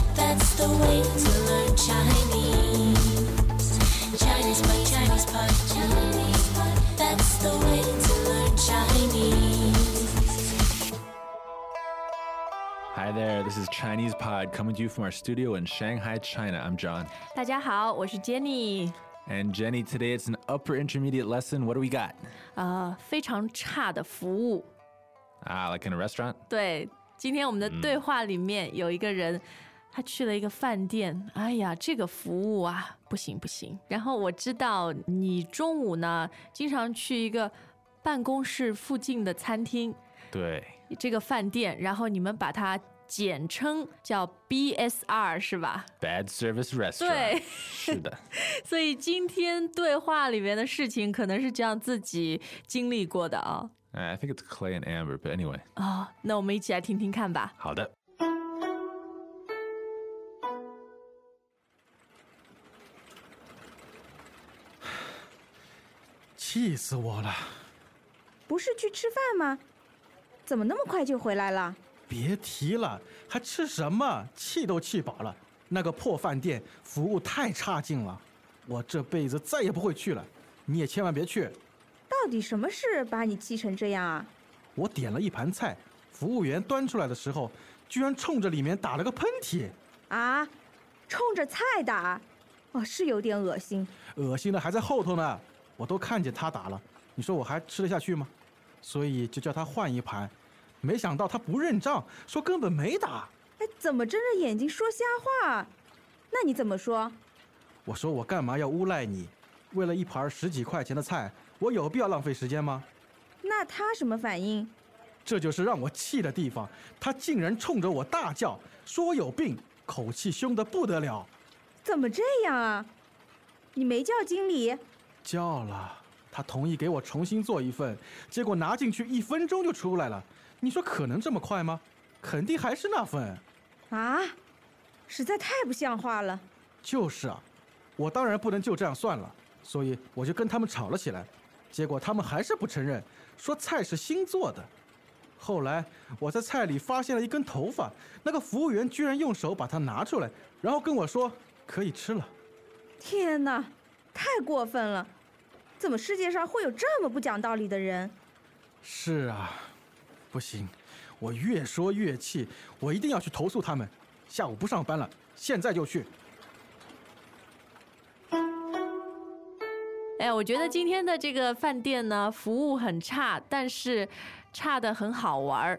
a way to learn Chinese. Chinese pot, Chinese pot, Chinese pot. That's the way to learn Chinese. Hi there, this is Chinese Pod coming to you from our studio in Shanghai, China. I'm John 大家好，我是 Jenny。 and Jenny. Today it's an upper intermediate lesson. What do we got? 呃，非常差的服务。 Ah, like in a restaurant? 对，今天我们的对话里面有一个人，他去了一个饭店，哎呀，这个服务啊，不行不行。然后我知道你中午呢，经常去一个办公室附近的餐厅，这个饭店，然后你们把它简称叫 BSR 是吧？ Bad service restaurant. 对。是的。所以今天对话里面的事情可能是这样自己经历过的啊、 Uh, I think it's Clay and Amber, but anyway. 啊、那我们一起来听听看吧。 好的。气死我 了！不是去吃饭吗？怎么那么快就回来了？别提了，还吃什么？气都气饱了。那个破饭店服务太差劲了，我这辈子再也不会去了。你也千万别去。到底什么事把你气成这样啊？我点了一盘菜，服务员端出来的时候，居然冲着里面打了个喷嚏，啊，冲着菜打，哦，是有点恶心。恶心的还在后头呢。我都看见他打了，你说我还吃得下去吗？所以就叫他换一盘。没想到他不认账，说根本没打。哎，怎么睁着眼睛说瞎话？那你怎么说？我说我干嘛要诬赖你？为了一盘十几块钱的菜，我有必要浪费时间吗？那他什么反应？这就是让我气的地方，他竟然冲着我大叫，说我有病，口气凶得不得了。怎么这样啊？你没叫经理？叫了，他同意给我重新做一份，结果拿进去一分钟就出来了。你说可能这么快吗？肯定还是那份。啊，实在太不像话了！就是啊，我当然不能就这样算了，所以我就跟他们吵了起来。结果他们还是不承认，说菜是新做的。后来我在菜里发现了一根头发，那个服务员居然用手把它拿出来，然后跟我说可以吃了。天哪，太过分了！怎么世界上会有这么不讲道理的人？是啊，不行，我越说越气，我一定要去投诉他们。下午不上班了，现在就去。哎，我觉得今天的这个饭店呢，服务很差，但是差的很好玩儿，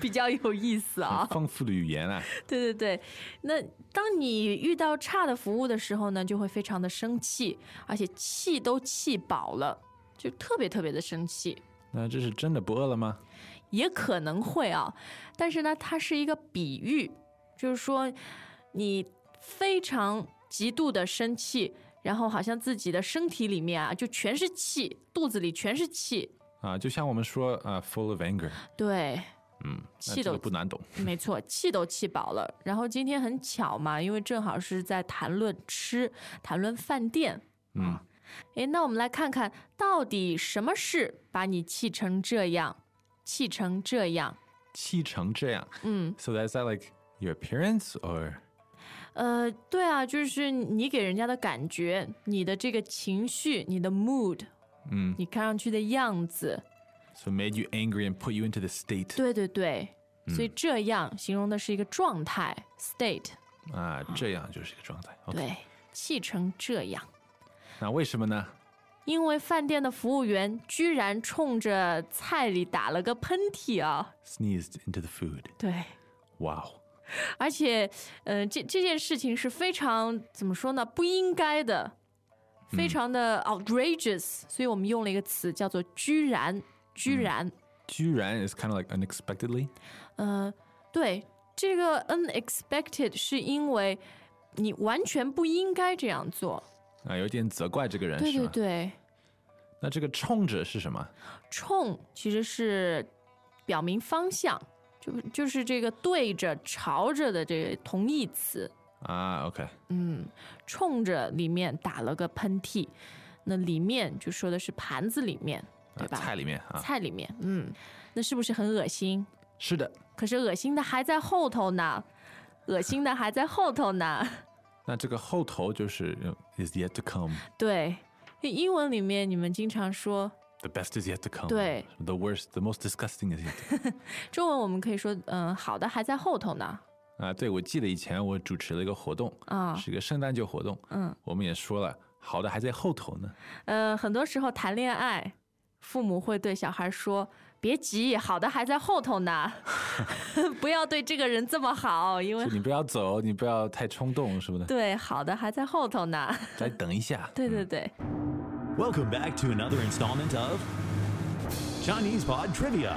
比较有意 思啊、是的，很丰富的语言啊。对对对，那当你遇到差的服务的时候呢，就会非常的生气，而且气都气饱了，就特别特别的生气。那这是真的不饿了吗？也可能会啊，但是呢，它是一个比喻，就是说你非常极度的生气，然后好像自己的身体里面啊就全是气，肚子里全是气，啊，就像我们说，啊，full of anger。对，嗯，那气这个都不难懂。没错，气都气饱了。然后今天很巧嘛，因为正好是在谈论吃，谈论饭店。啊嗯，诶，那我们来看看到底什么事把你气成这样，气成这样。气成这样。嗯， So is that like your appearance or 呃，对啊，就是你给人家的感觉，你的这个情绪，你的 mood，嗯，你看上去的样子， so made you angry and put you into the state 对对对，嗯所以这样形容的是一个状态 state，啊，这样就是一个状态。对，气成这样。那为什么呢？因为饭店的服务员居然冲着菜里打了个喷嚏啊！ Sneezed into the food. 对， Wow. 而且，呃，这这件事情是非常怎么说呢？不应该的，非常的 outrageous，、所以我们用了一个词叫做“居然”，居然，居然 is kind of like unexpectedly. 呃，对，这个 unexpected 是因为你完全不应该这样做。啊，有点责怪这个人对对是吗？对，那这个冲着是什么？冲其实是表明方向，就就是这个对着、朝着的这个同义词。 Ah, okay. 嗯，冲着里面打了个喷嚏，那里面就说的是盘子里面，对吧？啊，菜里面啊。菜里面，嗯，那是不是很恶心？是的，可是恶心的还在后头呢。恶心的还在后头呢。 那这个后头就是嗯 is yet to come。对，英文里面你们经常说， The best is yet to come. 对 The worst, the most disgusting is yet to 中文我们可以说，嗯，好的还在后头呢。 come. 啊，对，我记得以前我主持了一个活动，啊、是一个圣诞节活动，嗯，我们也说了，好的还在后头 呢。呃，很多时候谈恋爱，父母会对小孩说：“别急，好的还在后头呢， 不要对这个人这么好，因为就你不要走，你不要太冲动什么的，对好的还在后头呢。 再等一下”。对对嗯对， Welcome back to another installment of Chinese Pod Trivia.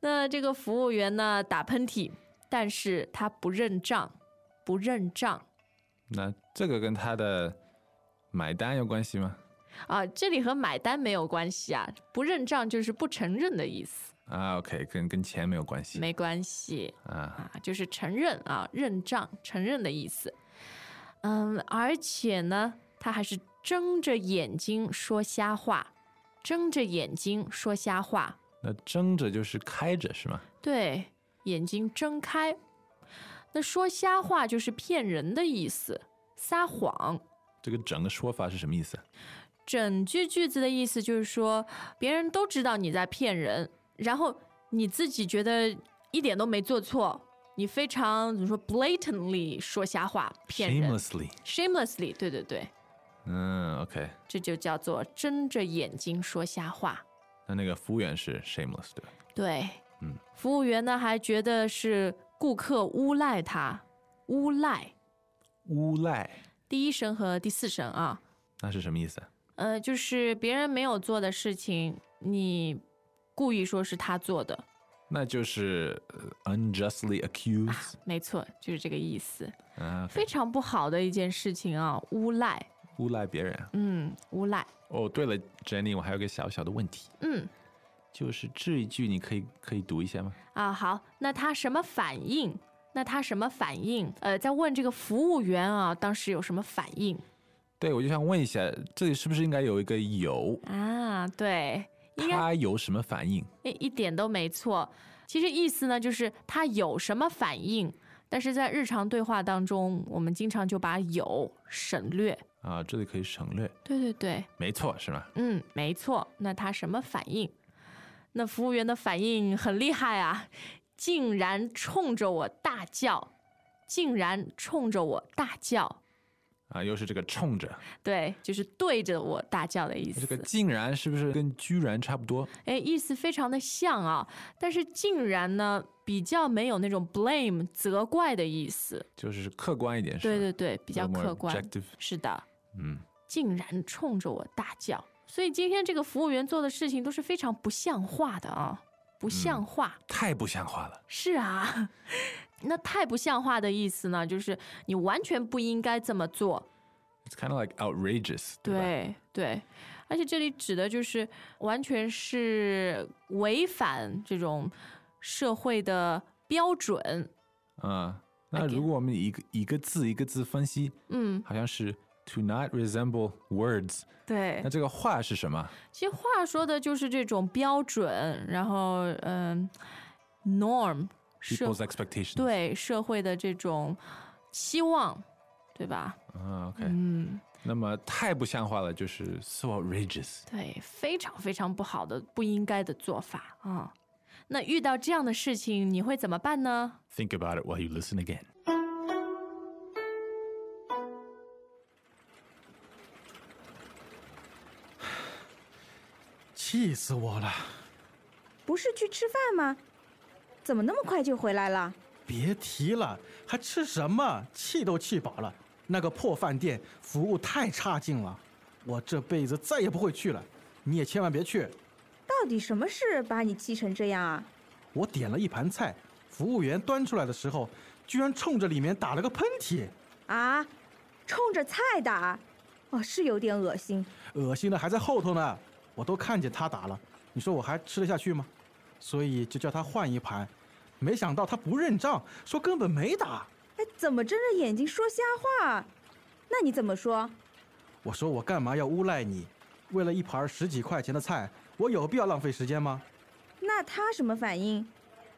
那这个服务员呢打喷嚏，但是他不认账，不认账那这个跟他的买单有关系吗？啊，这里和买单没有关系啊，不认账就是不承认的意思，啊，OK，跟跟钱没有关系没关系。啊。啊，就是承认啊，认账、承认的意思。嗯，而且呢，他还是睁着眼睛说瞎话，睁着眼睛说瞎话，那睁着就是开着是吗？对，眼睛睁开。那说瞎话就是骗人的意思，撒谎。这个整个说法是什么意思？整句句子的意思就是说，别人都知道你在骗人，然后你自己觉得一点都没做错，你非常怎么说 blatantly 说瞎话骗人。 Shamelessly， shamelessly，对对对，嗯，OK，这就叫做睁着眼睛说瞎话。那那个服务员是 shameless 对吧？对，嗯，服务员呢还觉得是顾客诬赖他，诬赖诬赖，第一声和第四声啊，那是什么意思啊？呃，就是别人没有做的事情，你故意说是他做的，那就是呃 unjustly accused 没错，就是这个意思，啊，非常不好的一件事情啊，诬赖，诬赖别人啊。嗯，诬赖，哦，对了，Jenny，我还有个小小的问题，嗯，就是这一句你可以可以读一下吗？啊，好，那他什么反应？那他什么反应？呃，在问这个服务员啊，当时有什么反应对，我就想问一下，这里是不是应该有一个有？啊？对，应该他有什么反应？一一点都没错。其实意思呢，就是他有什么反应，但是在日常对话当中，我们经常就把有省略。啊，这里可以省略，对对对，没错，是吗？嗯，没错。那他什么反应？那服务员的反应很厉害啊，竟然冲着我大叫，竟然冲着我大叫。啊，又是这个冲着，对，就是对着我大叫的意这个思。竟然是不是跟居然差不多？哎，意思非常的像啊，但是竟然呢，比较没有那种 blame 责怪的意思。就是客观一点，是对吗对对，比较 little more 客观 objective。是的，嗯，竟然冲着我大叫，所以今天这个服务员做的事情都是非常不像话的啊，不嗯像话。太不像话了。是啊， 那太不像话的意思呢，就是你完全不应该这么做。 It's kind of like outrageous，吧对对，而且这里指的就是完全是违反这种社会的标准。啊、那 OK 如果我们一个一个字一个字分析，嗯，好像是 to not resemble words，对那。这个话是什么？其实话说的就是这种标准，然后嗯，norm 社 people's expectation。对社会的这种期望，对吧？啊，OK、嗯，那么太不像话了，就是 so outrageous。对，非常非常不好的、不应该的做法啊、那遇到这样的事情，你会怎么办呢？ Think about it while you listen again。气死我了！不是去吃饭吗？怎么那么快就回来了？别提了，还吃什么？气都气饱了。那个破饭店服务太差劲了，我这辈子再也不会去了。你也千万别去。到底什么事把你气成这样啊？我点了一盘菜，服务员端出来的时候，居然冲着里面打了个喷嚏，啊，冲着菜打，哦，是有点恶心。恶心的还在后头呢，我都看见他打了，你说我还吃得下去吗？所以就叫他换一盘，没想到他不认账，说根本没打。哎，怎么睁着眼睛说瞎话？啊那你怎么说？我说我干嘛要诬赖你？为了一盘十几块钱的菜，我有必要浪费时间吗？那他什么反应？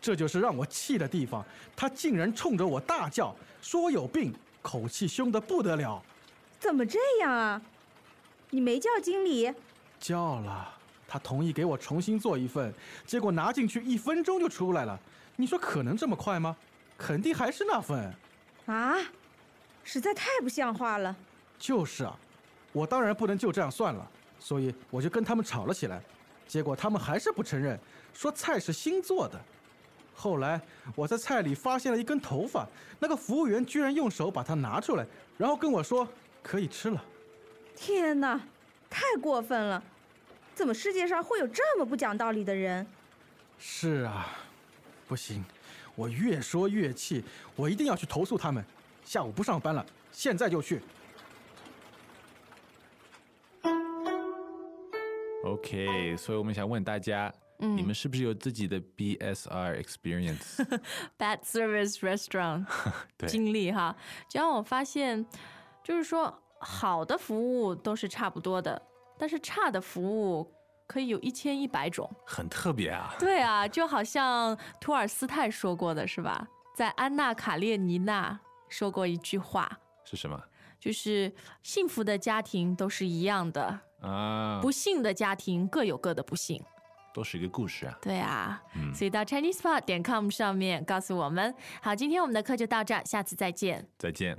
这就是让我气的地方，他竟然冲着我大叫，说我有病，口气凶得不得了。怎么这样啊？你没叫经理？叫了，他同意给我重新做一份，结果拿进去一分钟就出来了。你说可能这么快吗？肯定还是那份。啊，实在太不像话了。就是啊，我当然不能就这样算了，所以我就跟他们吵了起来。结果他们还是不承认，说菜是新做的。后来我在菜里发现了一根头发，那个服务员居然用手把它拿出来，然后跟我说可以吃了。天哪，太过分了！怎么世界上会有这么不讲道理的人？是啊，不行，我越说越气，我一定要去投诉他们。下午不上班了，现在就去。 OK，所以我们想问大家，嗯你们是不是有自己的 BSR experience？ bad service restaurant 对经历哈，就让我发现，就是说好的服务都是差不多的，但是差的服务可以有一千一百种。很特别啊。对啊，就好像托尔斯泰说过的是吧？在《安娜卡列尼娜》说过一句话，是什么就是幸福的家庭都是一样的，啊？不幸的家庭各有各的不幸。都是一个故事啊。对啊，所以到 ChinesePod 点 com 上面告诉我们。好，今天我们的课就到这儿，下次再见。再见。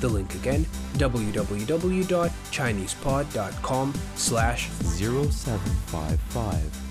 The link again, www.chinesepod.com slash 0755